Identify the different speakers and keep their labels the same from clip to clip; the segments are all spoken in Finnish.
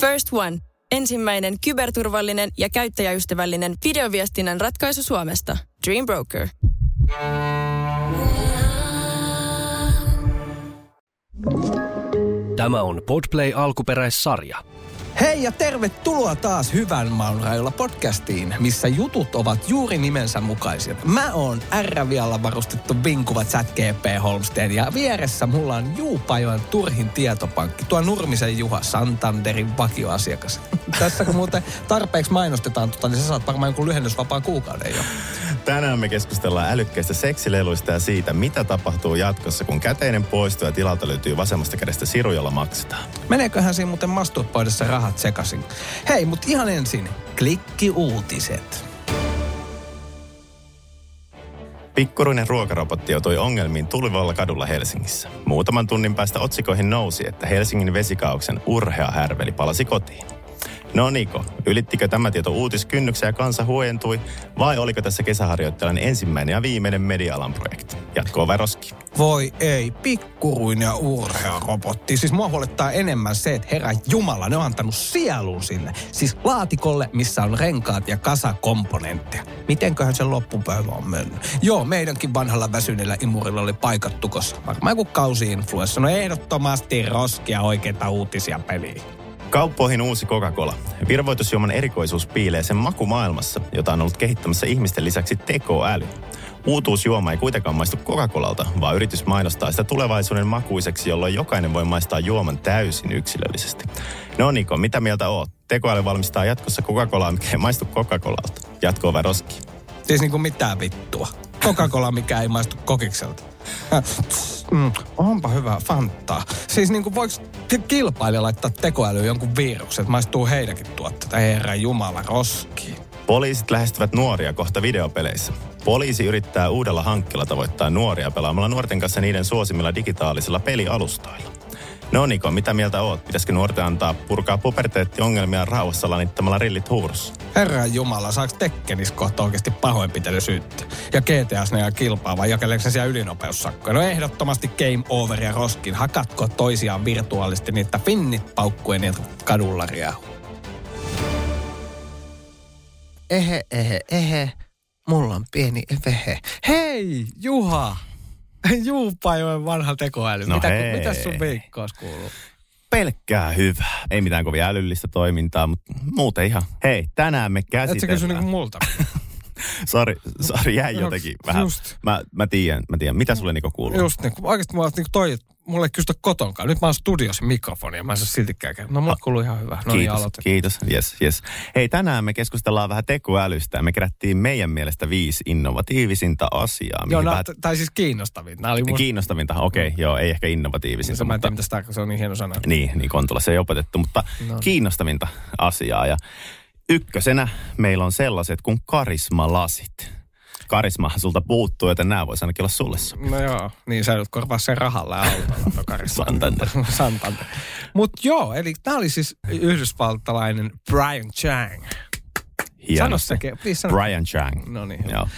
Speaker 1: First One. Ensimmäinen kyberturvallinen ja käyttäjäystävällinen videoviestinnän ratkaisu Suomesta. Dream Broker.
Speaker 2: Tämä on Podplay alkuperäissarja.
Speaker 3: Hei ja tervetuloa taas Hyvän maun rajoilla podcastiin, missä jutut ovat juuri nimensä mukaisia. Mä oon R-vialla varustettu vinkuvat sät GP Holmsteen ja vieressä mulla on Juupajoen turhin tietopankki, tuo Nurmisen Juha Santanderin vakioasiakas. Tässä kun muuten tarpeeksi mainostetaan tota, niin sä saat varmaan jonkun lyhennysvapaan kuukauden jo.
Speaker 4: Tänään me keskustellaan älykkäistä seksileluista ja siitä, mitä tapahtuu jatkossa, kun käteinen poistuu ja tilalta löytyy vasemmasta kädestä siru, jolla maksetaan.
Speaker 3: Meneeköhän siinä muuten masturboidessa rahat sekaisin? Hei, mut ihan ensin, klikki uutiset.
Speaker 4: Pikkuruinen ruokarobotti joutui ongelmiin tulivalla kadulla Helsingissä. Muutaman tunnin päästä otsikoihin nousi, että Helsingin vesikaauksen urhea härveli palasi kotiin. No Niko, ylittikö tämä tieto uutiskynnyksen ja kansa huojentui, vai oliko tässä kesäharjoittajan ensimmäinen ja viimeinen media-alan projekti? Jatkoa Veroski.
Speaker 3: Voi ei, pikkuruin ja urhea robotti. Siis mua huolettaa enemmän se, että herra Jumala, ne on antanut sielun sille. Siis laatikolle, missä on renkaat ja kasa komponentteja. Mitenköhän se loppupäivä on mennyt? Joo, meidänkin vanhalla väsyneellä imurilla oli paikat tukossa. Varmaan joku kausi-influenssa. No ehdottomasti roskia oikeita uutisia peliin.
Speaker 4: Kauppoihin uusi Coca-Cola. Virvoitusjuoman erikoisuus piilee sen makumaailmassa, jota on ollut kehittämässä ihmisten lisäksi tekoäly. Uutuusjuoma ei kuitenkaan maistu Coca-Colalta, vaan yritys mainostaa sitä tulevaisuuden makuiseksi, jolloin jokainen voi maistaa juoman täysin yksilöllisesti. No Niko, mitä mieltä oot? Tekoäly valmistaa jatkossa Coca-Colaa, mikä ei maistu Coca-Colalta. Jatkoa Veroski.
Speaker 3: Siis niinku mitään vittua. Coca-Cola, mikä ei maistu kokikselta. Äh, tss, Mm, onpa hyvä fantaa. Siis niinku voiks ki- kilpailija laittaa tekoälyyn jonkun viruksen, että maistuu heidänkin tuotteita. Herra Jumala, roski.
Speaker 4: Poliisit lähestyvät nuoria kohta videopeleissä. Poliisi yrittää uudella hankkeella tavoittaa nuoria pelaamalla nuorten kanssa niiden suosimilla digitaalisilla pelialustoilla. No Niko, mitä mieltä oot? Pitäisikö nuorten antaa purkaa puberteettiongelmia rauhassa lanittamalla rillit huurussa?
Speaker 3: Herra Jumala, saaks Tekkenis kohta oikeasti pahoinpitelysyyttä? Ja GTS ne ja kilpaa vai jakeleeko se siellä ylinopeussakkoja? No ehdottomasti game over ja roskin. Hakatko toisiaan virtuaalisesti niitä finnit paukkuen niitä kadulla riehuu.
Speaker 5: Ehe, ehe, ehe. Mulla on pieni vehe.
Speaker 3: Hei, Juha! Juupajoen vanha tekoäly.
Speaker 4: No
Speaker 3: mitä,
Speaker 4: hei.
Speaker 3: mitäs sun viikkoas kuuluu?
Speaker 4: Pelkkää hyvää. Ei mitään kovin älyllistä toimintaa, mutta muuten ihan. Hei, tänään me
Speaker 3: Et sä kysy
Speaker 4: käsitellään.
Speaker 3: niinku multa?
Speaker 4: Sori, sori, jäi
Speaker 3: No,
Speaker 4: jotenkin vähän.
Speaker 3: just.
Speaker 4: Mä, mä tiedän, mä tiedän. Mitä sulle Niko kuuluu?
Speaker 3: Just niin, kun oikeasti mulla on niinku toi, että mulla ei kysytä kotonkaan. Nyt mä oon studiossa mikrofoni ja mä en saa siltikään käydä. No mulla kuuluu ihan hyvä. No niin,
Speaker 4: Ah, Kiitos,
Speaker 3: aloita.
Speaker 4: kiitos. Yes, yes. Hei, tänään me keskustellaan vähän tekoälystä ja me kerättiin meidän mielestä viisi innovatiivisinta asiaa.
Speaker 3: Joo,
Speaker 4: mihin
Speaker 3: nää,
Speaker 4: vähän-
Speaker 3: t- tai siis kiinnostavin. Nää oli mun... Mm.
Speaker 4: Kiinnostavinta, okei, okay, joo, ei ehkä innovatiivisinta,
Speaker 3: Se mä en
Speaker 4: mutta
Speaker 3: tiedä, mitä sitä, se on niin hieno sana.
Speaker 4: niin, niin Kontula se ei opetettu, mutta
Speaker 3: No.
Speaker 4: no. kiinnostavinta asiaa. Ja ykkösenä meillä on sellaiset kuin karismalasit. Karismahan sulta puuttuu, joten nämä voisi ainakin olla sulle sopiva.
Speaker 3: No joo, niin sä joudut korvaa sen rahalla ja autolla tokarissa.
Speaker 4: Santander.
Speaker 3: Santander. Mut joo, eli tää oli siis yhdysvaltalainen Brian Chang. Sano
Speaker 4: Hienosti.
Speaker 3: se, ke- please sano.
Speaker 4: Brian Chang.
Speaker 3: No niin, hyvä.
Speaker 4: Joo.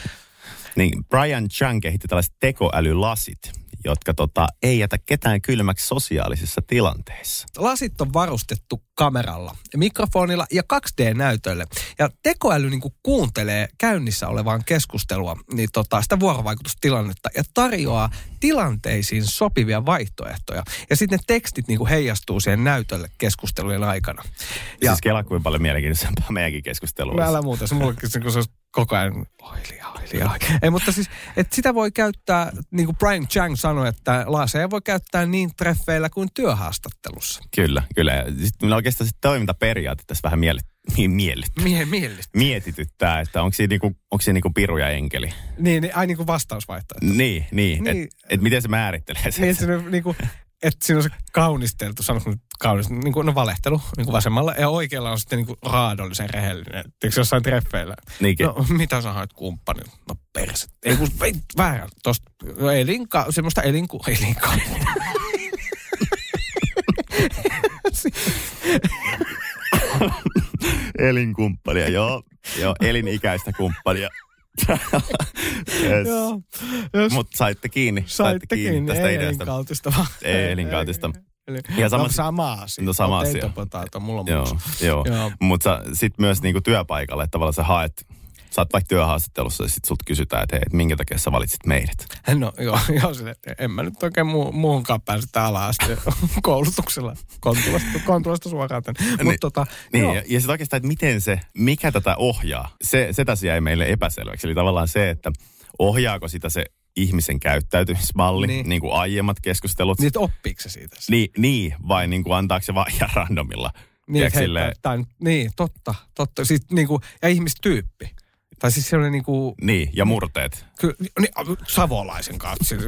Speaker 4: Niin Brian Chang kehitti tällaiset tekoälylasit, jotka tota, ei jätä ketään kylmäksi sosiaalisissa tilanteissa.
Speaker 3: Lasit on varustettu kameralla, mikrofonilla ja 2D-näytölle. Ja tekoäly niin kuuntelee käynnissä olevaan keskustelua, niin tota, sitä vuorovaikutustilannetta ja tarjoaa tilanteisiin sopivia vaihtoehtoja. Ja sitten ne tekstit niin heijastuu siihen näytölle keskustelujen aikana.
Speaker 4: Ja. Siis kela kuin paljon mielenkiintoisempaa meidänkin keskustelua.
Speaker 3: Mä älä muuta, se mullekin se, kun se olisi koko ajan oilia, oilia. Ei, mutta siis, että sitä voi käyttää, niin kuin Brian Chang sanoi, että laaseja voi käyttää niin treffeillä kuin työhaastattelussa.
Speaker 4: Kyllä, kyllä. Ja Sitten meillä oikeastaan se toimintaperiaate tässä vähän miele- mi- miellyt-
Speaker 3: Miehen mielistä.
Speaker 4: mietityttää, että onko siinä, niinku, onko siinä niinku piru ja enkeli.
Speaker 3: Niin, niin, ai niin kuin vastaus vaihtaa.
Speaker 4: Niin, niin. niin.
Speaker 3: Niin.
Speaker 4: Että et miten se määrittelee sen.
Speaker 3: Niin, että siinä, niin kuin, että siinä on se kaunisteltu, sanonko nyt kaunis, niin kuin, no valehtelu niin kuin vasemmalla, ja oikealla on sitten niin kuin raadollisen rehellinen. Tiedätkö jossain treffeillä?
Speaker 4: Niinkin.
Speaker 3: No, mitä sä haet kumppani? No perset. Ei kun veit väärä. Tosta no, elinka, semmoista elinku, elinka.
Speaker 4: Elinkumppania, joo. joo. Elinikäistä kumppania. yes.
Speaker 3: Joo. Jos
Speaker 4: Mutta saitte kiinni.
Speaker 3: saitte kiinni,
Speaker 4: tästä
Speaker 3: ei
Speaker 4: ideasta.
Speaker 3: elinkautista vaan.
Speaker 4: Ei elinkautista. Ja sama-
Speaker 3: no, sama asia.
Speaker 4: No, sama
Speaker 3: Potato,
Speaker 4: asia.
Speaker 3: Potato, mulla on
Speaker 4: Joo,
Speaker 3: muksu.
Speaker 4: joo.
Speaker 3: Joo.
Speaker 4: Mutta sitten myös niinku työpaikalle, että tavallaan sä haet, sä oot vaikka työhaastattelussa ja sitten sulta kysytään, että hei, et minkä takia sä valitsit meidät.
Speaker 3: No joo, joo sille, että en mä nyt oikein mu- muuhunkaan pääse täällä asti koulutuksella Kontulasta, Kontulasta suoraan tänne. Mutta
Speaker 4: Niin,
Speaker 3: tota,
Speaker 4: Niin,
Speaker 3: joo.
Speaker 4: ja, ja sitten oikeastaan, että miten se, mikä tätä ohjaa, se, se tässä jäi meille epäselväksi. Eli tavallaan se, että ohjaako sitä se ihmisen käyttäytymismalli,
Speaker 3: Niin.
Speaker 4: niin, niin kuin aiemmat keskustelut.
Speaker 3: Niin, että oppiiko se siitä? sitten?
Speaker 4: Niin, niin vai niin kuin antaako se vaan ihan randomilla?
Speaker 3: Niin,
Speaker 4: Tiedätkö,
Speaker 3: että hei,
Speaker 4: silleen-
Speaker 3: tää- tää nyt- niin, totta, totta. Siis, niin kuin, ja ihmistyyppi. Tai siis sellainen niin kuin,
Speaker 4: niin, ja murteet.
Speaker 3: ky, niin, a, savolaisen kanssa. Siis,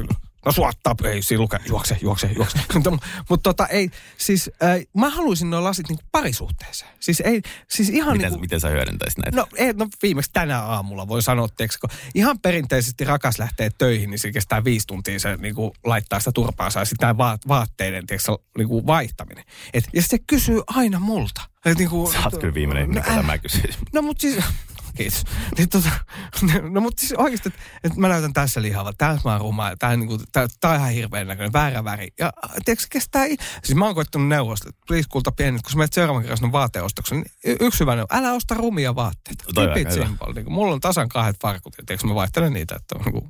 Speaker 3: No suottaa, ei siluke, juokse, juokse, juokse. Mutta mut, tota ei, siis äh, mä haluaisin nuo lasit niinku parisuhteeseen. Siis ei, siis ihan
Speaker 4: Miten,
Speaker 3: niinku,
Speaker 4: miten sä hyödyntäisit näitä?
Speaker 3: No, ei, no viimeksi tänä aamulla voi sanoa, tiiäks, kun ihan perinteisesti rakas lähtee töihin, niin se kestää viisi tuntia se niin kuin, laittaa sitä turpaansa ja sitten va- vaatteiden tiiäks, niin kuin, vaihtaminen. Et, ja se kysyy aina multa. Et, niin kuin,
Speaker 4: Sä oot kyllä viimeinen ihminen, ketä mä kysyisin.
Speaker 3: No mut siis, kiitos. Niin, tota, no mut siis oikeesti, että et mä näytän tässä lihavalta, tässä mä oon ruma, ja tää, niinku, tää, tää on ihan hirveän näköinen, väärä väri. Ja äh, tiedätkö, se kestää, i- siis mä oon koittanut neuvosta, että please kulta pienet, kun sä menet seuraavan kerran sinne vaateostoksen, niin y- yksi hyvä neuvo, älä osta rumia vaatteita.
Speaker 4: Toi on
Speaker 3: Keep it
Speaker 4: aika hyvä.
Speaker 3: simple. Niinku, mulla on tasan kahdet farkut, ja tiedätkö, mä vaihtelen niitä, että on niinku,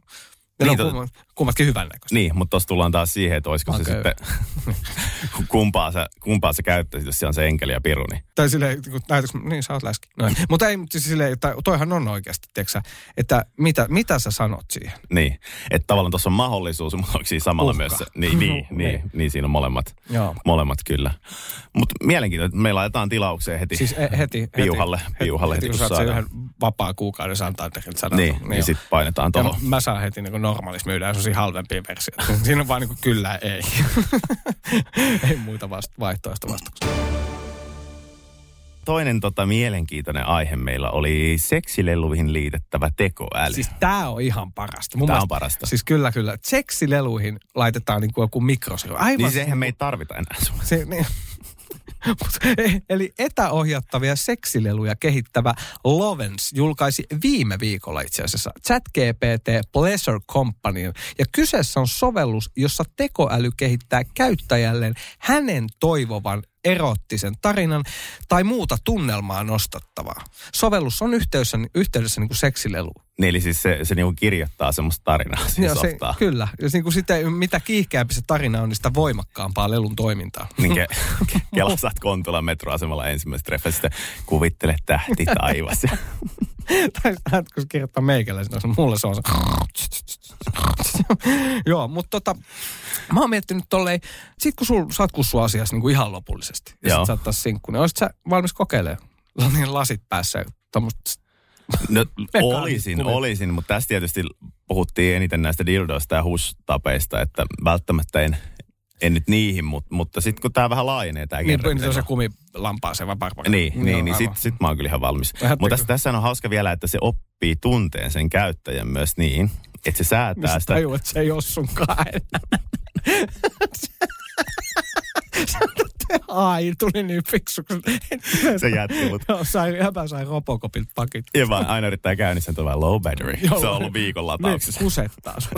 Speaker 3: ja
Speaker 4: Niin,
Speaker 3: ne on
Speaker 4: tota-
Speaker 3: kumma, kummatkin hyvän näköistä.
Speaker 4: Niin, mutta tuossa tullaan taas siihen, että olisiko se
Speaker 3: Okei.
Speaker 4: sitten, kumpaa sä, kumpaa sä käyttäisit, jos siellä on se enkeli ja piru, niin
Speaker 3: Tai silleen, niin kuin, näytäks, mä- niin sä oot läski. Noin. Mutta ei, mutta siis silleen, että toihan on oikeasti, tiedätkö, sä, että mitä, mitä sä sanot siihen?
Speaker 4: Niin, että tavallaan tuossa on mahdollisuus, mutta onko siinä samalla
Speaker 3: Uhka.
Speaker 4: myös se, niin, niin,
Speaker 3: Niin.
Speaker 4: niin, niin, siinä on molemmat,
Speaker 3: Joo.
Speaker 4: molemmat kyllä. Mutta mielenkiintoista, että me laitetaan tilaukseen heti,
Speaker 3: Siis e- heti.
Speaker 4: piuhalle,
Speaker 3: heti,
Speaker 4: piuhalle heti,
Speaker 3: heti, kun
Speaker 4: kun
Speaker 3: saat sen
Speaker 4: saadaan.
Speaker 3: yhden vapaa kuukauden Santanderin sadan.
Speaker 4: Niin, niin, niin sitten painetaan
Speaker 3: ja
Speaker 4: tuohon.
Speaker 3: mä saan heti niin normaalis myydään sellaisia halvempia versioita. Siinä on vaan niin kuin kyllä ei. ei muita vasta- vaihtoehtoja vastauksia.
Speaker 4: Toinen tota, mielenkiintoinen aihe meillä oli seksileluihin liitettävä tekoäly.
Speaker 3: Siis
Speaker 4: Siis,
Speaker 3: tää on ihan parasta. Mun
Speaker 4: Tää on
Speaker 3: mielestä-
Speaker 4: parasta.
Speaker 3: Siis kyllä, kyllä. Seksileluihin laitetaan niin kuin joku mikrosiru. Aivan
Speaker 4: niin sehän me ei tarvita enää Suomessa.
Speaker 3: Se, niin. Mut, e- Eli etäohjattavia seksileluja kehittävä Lovens julkaisi viime viikolla itse asiassa ChatGPT Pleasure Companyn. Ja kyseessä on sovellus, jossa tekoäly kehittää käyttäjälleen hänen toivovan erottisen tarinan tai muuta tunnelmaa nostattavaa. Sovellus on yhteydessä, yhteydessä niin kuin seksileluun.
Speaker 4: Niin, eli siis se, se niinku kirjoittaa semmoista tarinaa siinä
Speaker 3: Joo, se,
Speaker 4: softaa.
Speaker 3: kyllä. Ja niin kuin sitä, mitä kiihkeämpi se tarina on, niin sitä voimakkaampaa lelun toimintaa.
Speaker 4: Niin ke, ke, Kela saat Kontulan metroasemalla ensimmäiset treffet, sitten kuvittele tähti taivas.
Speaker 3: tai saatko se kirjoittaa meikäläisenä, se mulle se on se. Joo, mutta tota, mä oon miettinyt tolleen, sit kun sul, sä oot kussu asiassa niin kuin ihan lopullisesti, ja
Speaker 4: Joo.
Speaker 3: sit sä oot taas sinkku, niin olisit sä valmis kokeilemaan? Sulla on niin lasit päässä, ja tommoset,
Speaker 4: No
Speaker 3: Pekka,
Speaker 4: olisin,
Speaker 3: kuvit-
Speaker 4: olisin, mutta tässä tietysti puhuttiin eniten näistä dildoista ja hustapeista, että välttämättä en, en nyt niihin, mutta, mutta sitten kun tämä vähän laajenee tämä
Speaker 3: niin,
Speaker 4: kerran.
Speaker 3: niin on se kumilampaa se vaan varmaan.
Speaker 4: niin, niin, niin
Speaker 3: aivan.
Speaker 4: sitten sit mä oon kyllä ihan valmis.
Speaker 3: Vähän
Speaker 4: Mutta
Speaker 3: teko-
Speaker 4: tässä, tässä on hauska vielä, että se oppii tunteen sen käyttäjän myös niin, että se säätää
Speaker 3: Mistä
Speaker 4: sitä.
Speaker 3: tajuu, että se ei ole sunkaan enää. Sä- sä- Ai, tuli niin fiksuksi.
Speaker 4: Se jätti mut.
Speaker 3: Joo, sai, jäpä sai Robocopilta pakit.
Speaker 4: Ja vaan aina yrittää käynnissä tuolla low battery.
Speaker 3: Joo.
Speaker 4: Se on ollut viikon
Speaker 3: Niin,
Speaker 4: latauksessa.
Speaker 3: kusettaa sua.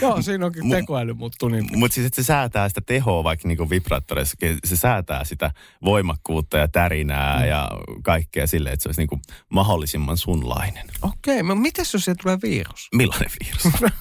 Speaker 3: Joo, siinä onkin
Speaker 4: Mu-
Speaker 3: tekoäly muuttuu niin.
Speaker 4: Mutta siis, että se säätää sitä tehoa vaikka niinku vibraattoreissa, se säätää sitä voimakkuutta ja tärinää mm. ja kaikkea silleen, että se olisi niinku mahdollisimman sunlainen.
Speaker 3: Okei, okay, no mitäs jos siellä tulee virus?
Speaker 4: Millainen virus?
Speaker 3: Mutta-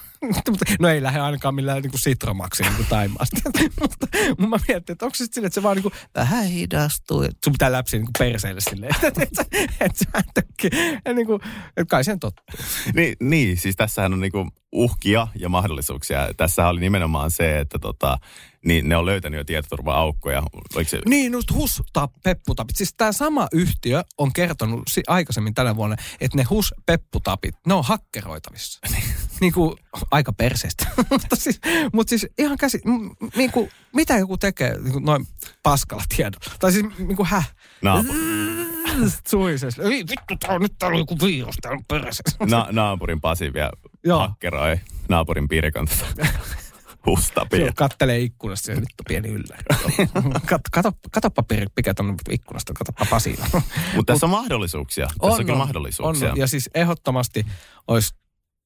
Speaker 3: no ei lähde ainakaan millään niinku sitromaksi niinku taimaasta. Mutta mun mä mietin, että onko se silleen, että se vaan niinku vähän hidastuu. että Sun pitää läpsiä niinku perseelle silleen, että et sä, et sä ähtäkkiä- ja niinku, et kai sen tottuu.
Speaker 4: niin, niin, siis tässähän on niinku uhkia ja mahdollisuuksia. Tässä oli nimenomaan se, että tota, niin ne on löytänyt jo tietoturva-aukkoja. Oliko se,
Speaker 3: Niin, just HUS-ta, pepputapit. Siis tämä sama yhtiö on kertonut si- aikaisemmin tänä vuonna, että ne HUS-pepputapit, ne on hakkeroitavissa. niin kuin, aika perseestä. mutta, siis, mutta siis ihan käsi, m- m- niin kuin, mitä joku tekee niin kuin noin paskalla tiedolla? Tai siis niin kuin häh?
Speaker 4: Naapuri.
Speaker 3: Suises. Ei vittu, tää on, nyt täällä on joku virus täällä perseessä.
Speaker 4: na, naapurin Pasi vielä
Speaker 3: Joo.
Speaker 4: hakkeroi naapurin Pirkan tota,
Speaker 3: Joo,
Speaker 4: hustapia.
Speaker 3: kattelee ikkunasta se vittu pieni ylläri. Kat, kato, katoppa Piri, mikä tuonne vittu ikkunasta, katoppa Pasila.
Speaker 4: Mutta tässä on mahdollisuuksia. Tässä on, kyllä mahdollisuuksia.
Speaker 3: On, ja siis ehdottomasti olisi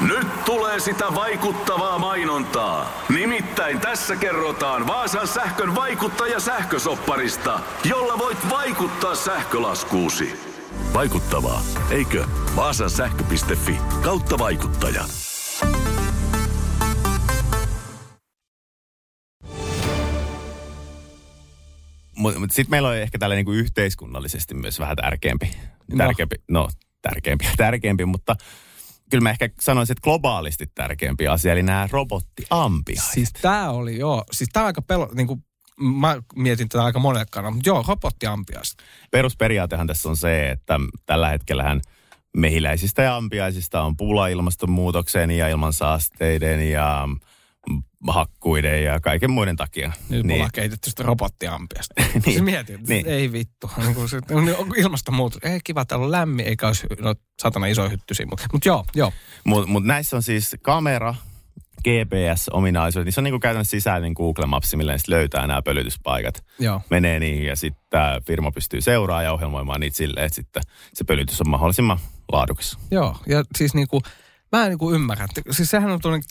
Speaker 6: Nyt tulee sitä vaikuttavaa mainontaa. Nimittäin tässä kerrotaan Vaasan sähkön vaikuttaja sähkösopparista, jolla voit vaikuttaa sähkölaskuusi. Vaikuttavaa, eikö? Vaasan sähkö.fi kautta vaikuttaja.
Speaker 4: Mutta mut sitten meillä on ehkä tällä niinku yhteiskunnallisesti myös vähän tärkeämpi. Tärkeämpi, no, tärkeämpi, tärkeämpi, mutta kyllä mä ehkä sanoisin, että globaalisti tärkeämpi asia, eli nämä robottiampiaiset.
Speaker 3: Siis tää oli joo, siis tää on aika pelo, niin kuin, mä mietin tätä aika monen kannalta, mutta joo, robottiampias.
Speaker 4: Perusperiaatehan tässä on se, että tällä hetkellähän mehiläisistä ja ampiaisista on pula ilmastonmuutoksen ja ilmansaasteiden ja mm, hakkuiden ja kaiken muiden takia.
Speaker 3: Nyt niin. me ollaan kehitetty sitä robottiampiasta. niin. Siis mietin,
Speaker 4: Niin.
Speaker 3: niin. ei vittu. Niin kuin se- niin on Ilmastonmuutos. Ei kiva, täällä on lämmin, eikä olisi no, satana iso hyttysi. Mutta mut joo, joo.
Speaker 4: Mutta mut näissä on siis kamera, GPS-ominaisuudet. Niissä on niinku käytännössä sisäinen Google Maps, millä niistä löytää nämä pölytyspaikat.
Speaker 3: Joo.
Speaker 4: Menee niihin ja sitten tämä firma pystyy seuraamaan ja ohjelmoimaan niitä silleen, että sitten se pölytys on mahdollisimman laadukas.
Speaker 3: Joo, ja siis niinku, mä en niinku ymmärrä. että- Siis sehän on tuollainen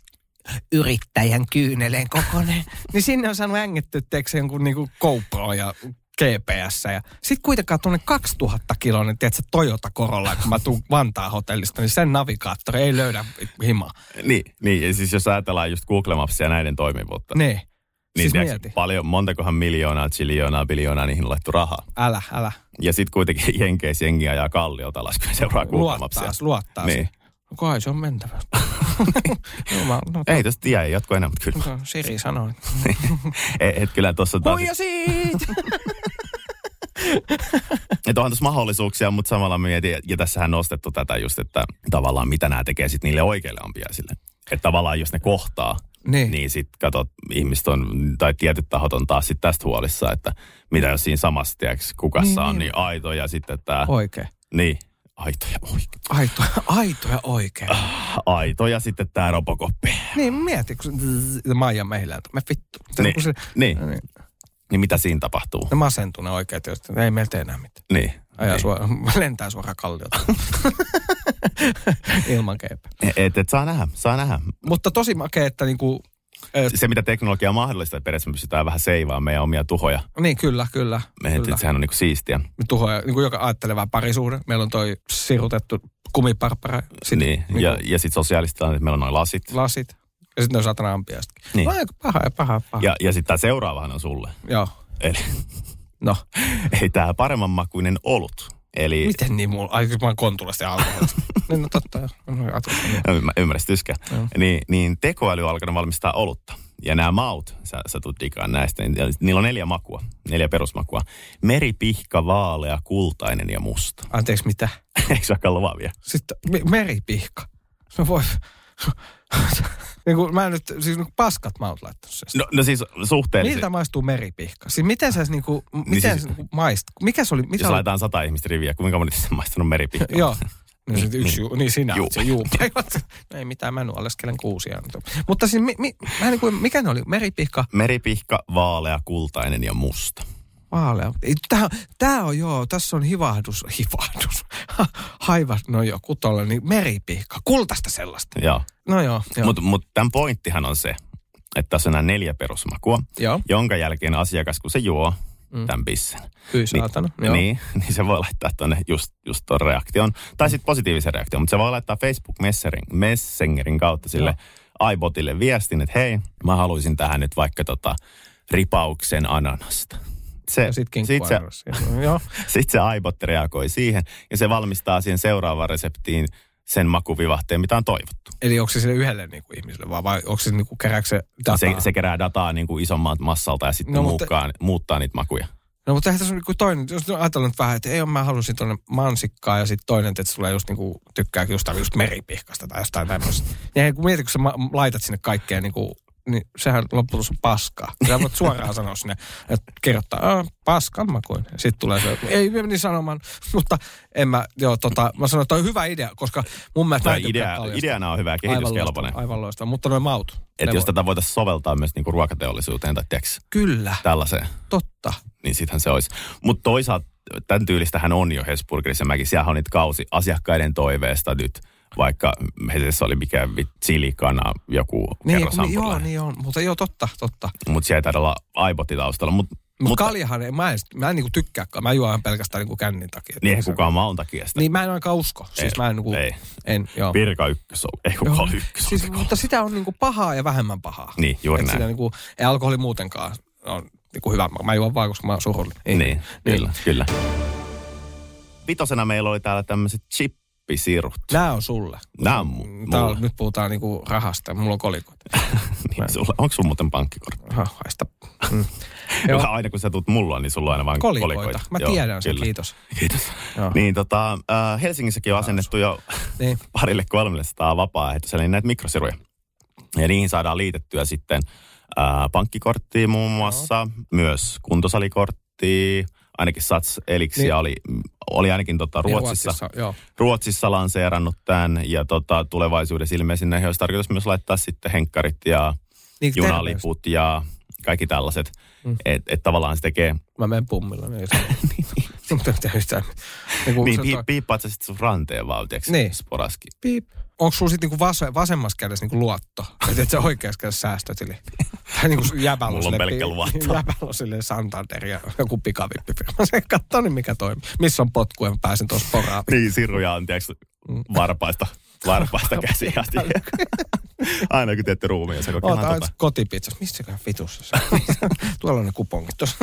Speaker 3: yrittäjän kyyneleen kokoinen. niin sinne on saanut ängetty teeksi jonkun niinku GoPro ja GPS. Ja sit kuitenkaan tuonne 2000 kiloinen, tiedätkö, Toyota Corolla, kun mä tuun Vantaan hotellista, niin sen navigaattori ei löydä himaa.
Speaker 4: Niin, niin ja siis jos ajatellaan just Google Mapsia ja näiden toimivuutta,
Speaker 3: Niin,
Speaker 4: Niin
Speaker 3: siis
Speaker 4: siis
Speaker 3: mieti.
Speaker 4: paljon, montakohan miljoonaa, chiljoonaa, biljoonaa niihin on laittu rahaa.
Speaker 3: älä, älä.
Speaker 4: Ja sitten kuitenkin jenkeissä jengi ajaa kalliolta alas, kun seuraa Google Mapsia.
Speaker 3: Luottaa, luottaa.
Speaker 4: Niin.
Speaker 3: Niin. Kai se on mentävä. no, mä, no,
Speaker 4: Ei tästä tiedä, ei jatko enää, mutta kyllä.
Speaker 3: no, Siri sanoi.
Speaker 4: Et, et kyllä tuossa taas...
Speaker 3: Huijasit!
Speaker 4: Että onhan tuossa mahdollisuuksia, mutta samalla mietin, ja tässähän nostettu tätä just, että tavallaan mitä nämä tekee sitten niille oikeille ampiaisille. Että tavallaan jos ne kohtaa, niin,
Speaker 3: Niin.
Speaker 4: niin sitten katsot, ihmiset on, tai tietyt tahot on taas sitten tästä huolissa, että mitä jos siinä samassa, tiedätkö, kukassa niin, on niin aito ja sitten tämä...
Speaker 3: Oikein.
Speaker 4: Niin, aito ja oikein.
Speaker 3: Aito, aito ja oikein.
Speaker 4: Aito ja sitten tämä robokoppi.
Speaker 3: Niin, mieti, kun se Maija meilältä. Me vittu. Se,
Speaker 4: Niin,
Speaker 3: kun se,
Speaker 4: niin.
Speaker 3: niin.
Speaker 4: Niin mitä siinä tapahtuu?
Speaker 3: Ne masentuu ne oikeat, jos ei meiltä enää mitään.
Speaker 4: Niin.
Speaker 3: Ajaa
Speaker 4: niin.
Speaker 3: sua, lentää suoraan kalliota. Ilman keipä.
Speaker 4: Et, et, saa nähdä, saa nähdä.
Speaker 3: Mutta tosi makea, että niinku,
Speaker 4: Se, mitä teknologia mahdollistaa, että periaatteessa me pystytään vähän seivaamaan meidän omia tuhoja.
Speaker 3: niin kyllä, kyllä.
Speaker 4: Et,
Speaker 3: kyllä.
Speaker 4: et, sehän on niinku siistiä.
Speaker 3: tuhoja, niin kuin joka ajattelee vähän parisuhde. Meillä on toi sirutettu kumiparppara, sit
Speaker 4: niin.
Speaker 3: niinku
Speaker 4: ja, ja sitten sosiaalista on, että meillä on noin lasit.
Speaker 3: lasit ja sitten ne on satana ampiaistakin.
Speaker 4: Niin.
Speaker 3: Niin. Aika paha ja paha, paha.
Speaker 4: Ja, ja sitten tämä seuraavahan on sulle.
Speaker 3: Joo.
Speaker 4: Eli
Speaker 3: No,
Speaker 4: Niin. ei tämä paremman makuinen olut. Eli
Speaker 3: miten niin mulla? Ai, mä oon kontulasta ja alkoholista. niin, no totta, joo. No, jatka, niin.
Speaker 4: Mä ymmärrän sitä tyskää. Niin, niin tekoäly on alkanut valmistaa olutta. Ja nämä maut, sä, sä tulet digaan näistä, niin niillä on neljä makua, neljä perusmakua. Meri, pihka, vaalea, kultainen ja musta.
Speaker 3: Anteeksi, mitä?
Speaker 4: Eikö se olekaan luovia?
Speaker 3: Sitten me- meripihka. No voi. niin kuin, mä en nyt, siis niin paskat mä oon laittanut sen.
Speaker 4: No, no siis suhteellisesti.
Speaker 3: Miltä maistuu meripihka? Siis miten sä niinku, miten
Speaker 4: siis-
Speaker 3: siis, niinku maist, mikä se oli? Mitä
Speaker 4: Jos
Speaker 3: oli?
Speaker 4: laitetaan sata ihmistä riviä, kuinka moni on maistanut meripihkaa?
Speaker 3: Joo. Niin, sit yksi, juu, niin sinä
Speaker 4: Juu.
Speaker 3: juu. se juu. No ei mitään, mä nuoleskelen kuusia. Mutta siis, mi, mi, mä niin kuin, mikä ne oli? Meripihka,
Speaker 4: Meripihka, vaalea, kultainen ja musta.
Speaker 3: vaalea. Ei, Tää, on- tää on joo, tässä on hivahdus, hivahdus. Ha, Haivas, no joku tollainen, niin meripihka, kultaista sellaista.
Speaker 4: Joo.
Speaker 3: No joo, joo.
Speaker 4: Mutta mut tämän pointtihan on se, että tässä on nämä neljä perusmakua,
Speaker 3: Joo.
Speaker 4: jonka jälkeen asiakas, kun se juo mm. tämän bissen,
Speaker 3: Hyi saatana.
Speaker 4: niin, niin, niin se voi laittaa tuonne just, just tuon reaktion, tai sitten positiivisen reaktion, mutta se voi laittaa Facebook Messengerin, Messengerin kautta sille iBotille viestin, että hei, mä haluaisin tähän nyt vaikka tota ripauksen ananasta. Se,
Speaker 3: Ja sit
Speaker 4: sit se,
Speaker 3: kinkkuairas. no, Joo.
Speaker 4: sitten se iBot reagoi siihen ja se valmistaa siihen seuraavaan reseptiin sen makuvivahteen, mitä on toivottu.
Speaker 3: Eli onko se sille yhdelle niinku ihmiselle vai, vai onko se niinku kerääkö se dataa?
Speaker 4: Se, se kerää dataa niin kuin isommalta massalta ja sitten no,
Speaker 3: No, mutta-
Speaker 4: mukaan, muuttaa niitä makuja.
Speaker 3: No mutta eihän tässä on niinku toinen, jos nyt ajatellaan nyt vähän, että ei ole, mä halusin tuonne mansikkaa ja sitten toinen, että tulee just niinku, Niin tykkää just, just meripihkasta tai jostain tämmöisestä. Ja kun mietit, kun sä ma- laitat sinne kaikkea niinku niin sehän lopputulos on paskaa. Sä voit suoraan sanoa sinne, että kirjoittaa, että paskan makuin. Sitten tulee se, ei meni sanomaan, mutta en mä, joo, tota, mä sanoin, että toi on hyvä idea, koska mun mielestä... mä
Speaker 4: Tai
Speaker 3: en tykkää
Speaker 4: idea,
Speaker 3: kaljasta.
Speaker 4: ideana on hyvä,
Speaker 3: Aivan loistava,
Speaker 4: kehityskelpoinen.
Speaker 3: aivan loistava, mutta noin maut.
Speaker 4: Että
Speaker 3: ne
Speaker 4: jos
Speaker 3: voi-
Speaker 4: tätä voitaisiin soveltaa myös niinku ruokateollisuuteen tai tiiäks,
Speaker 3: Kyllä,
Speaker 4: tällaiseen,
Speaker 3: totta.
Speaker 4: niin sittenhän se olisi. Mutta toisaalta tämän tyylistähän on jo Hesburgerissa mäkin. Siellä on niitä kausi asiakkaiden toiveesta nyt, vaikka Hesessä oli mikä silikana joku
Speaker 3: Niin,
Speaker 4: kerran
Speaker 3: kun- niin, joo,
Speaker 4: sampulainen.
Speaker 3: niin on, mutta joo, totta, totta.
Speaker 4: Mutta siellä ei taida olla aiboti taustalla. Mut,
Speaker 3: Mut
Speaker 4: mutta
Speaker 3: mutta kaljahan, ei- mä en, mä en niinku tykkää, ka- mä juon pelkästään niinku kännin takia.
Speaker 4: niin eihän kukaan maun takia sitä.
Speaker 3: Niin mä en ainakaan usko. Siis
Speaker 4: Ei,
Speaker 3: mä en, niinku,
Speaker 4: ei.
Speaker 3: en joo.
Speaker 4: Virka ykkös on. Ei kukaan ole ykkös.
Speaker 3: Siis,
Speaker 4: olkoon.
Speaker 3: mutta sitä on niinku pahaa ja vähemmän pahaa.
Speaker 4: Niin, juuri
Speaker 3: Et
Speaker 4: näin.
Speaker 3: Sitä niinku, ei alkoholi muutenkaan on niinku hyvä. Mä juon vaan, koska mä oon surullinen. Ei.
Speaker 4: Niin, kyllä, kyllä. Vitosena meillä oli täällä tämmöiset chippisirut.
Speaker 3: Nää on sulle.
Speaker 4: Nämä on mu-
Speaker 3: Mm, Tää on,
Speaker 4: mulla.
Speaker 3: nyt puhutaan niinku rahasta. Mulla on kolikot.
Speaker 4: Niin, sulla, onko sulla muuten pankkikortti?
Speaker 3: Aha, haista. Mm.
Speaker 4: Joka
Speaker 3: joo,
Speaker 4: aina kun sä tulet mulla, niin sulla on aina vaan kolikoita.
Speaker 3: kolikoita. Mä tiedän sen,
Speaker 4: kyllä.
Speaker 3: kiitos.
Speaker 4: Kiitos.
Speaker 3: Joo.
Speaker 4: Niin tota, äh, Helsingissäkin on asennettu jo
Speaker 3: Niin.
Speaker 4: parille 300 vapaaehtoiselle niin näitä mikrosiruja. Ja niihin saadaan liitettyä sitten äh, pankkikorttia muun muassa, myös kuntosalikorttia, ainakin Sats Elixia
Speaker 3: Niin.
Speaker 4: oli, oli ainakin tota
Speaker 3: Niin,
Speaker 4: Ruotsissa,
Speaker 3: Joo.
Speaker 4: Ruotsissa lanseerannut tämän ja tota, tulevaisuudessa ilmeisesti näihin olisi tarkoitus myös laittaa sitten henkkarit ja
Speaker 3: Niin, terveys.
Speaker 4: junaliput ja kaikki tällaiset. Mm. Että et tavallaan se tekee,
Speaker 3: Mä menen pummilla. Niin, Mutta mitä yhtään. Niinku
Speaker 4: niin
Speaker 3: se
Speaker 4: pi,
Speaker 3: toi-
Speaker 4: piippaat sä sitten sun ranteen vaan, tiiäks,
Speaker 3: Niin.
Speaker 4: sporaski.
Speaker 3: piip. Onko sulla sitten niinku vas- vasemmassa kädessä niinku luotto? Että et sä oikeassa kädessä säästötili? tai niinku jäbällä
Speaker 4: Mulla on pelkkä luotto.
Speaker 3: Jäbällä sille Santander ja joku pikavippifirma. Se katsoo niin mikä toimii. Missä on potku ja mä pääsen tuossa poraan.
Speaker 4: Niin, siruja on, tiiäks,
Speaker 3: Mm.
Speaker 4: varpaista, varpaista käsiä. tiiä. Aina kun teette ruumia, sä
Speaker 3: Oot
Speaker 4: kokeillaan
Speaker 3: aina
Speaker 4: tota.
Speaker 3: kotipizzas. Missäköhän vitussa se on? Tuolla on ne kupongit tuossa.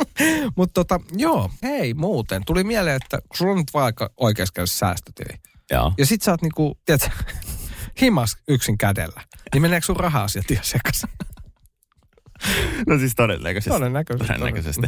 Speaker 3: Mutta tota, joo, hei muuten. Tuli mieleen, että kun sulla on nyt vaikka oikeassa kädessä säästötili.
Speaker 4: Joo.
Speaker 3: Ja sit sä oot niinku, tiedätkö, himas yksin kädellä. Niin meneekö sun raha-asiat ihan sekaisin?
Speaker 4: No siis todennäköisesti.
Speaker 3: Todennäköisesti,
Speaker 4: todennäköisesti.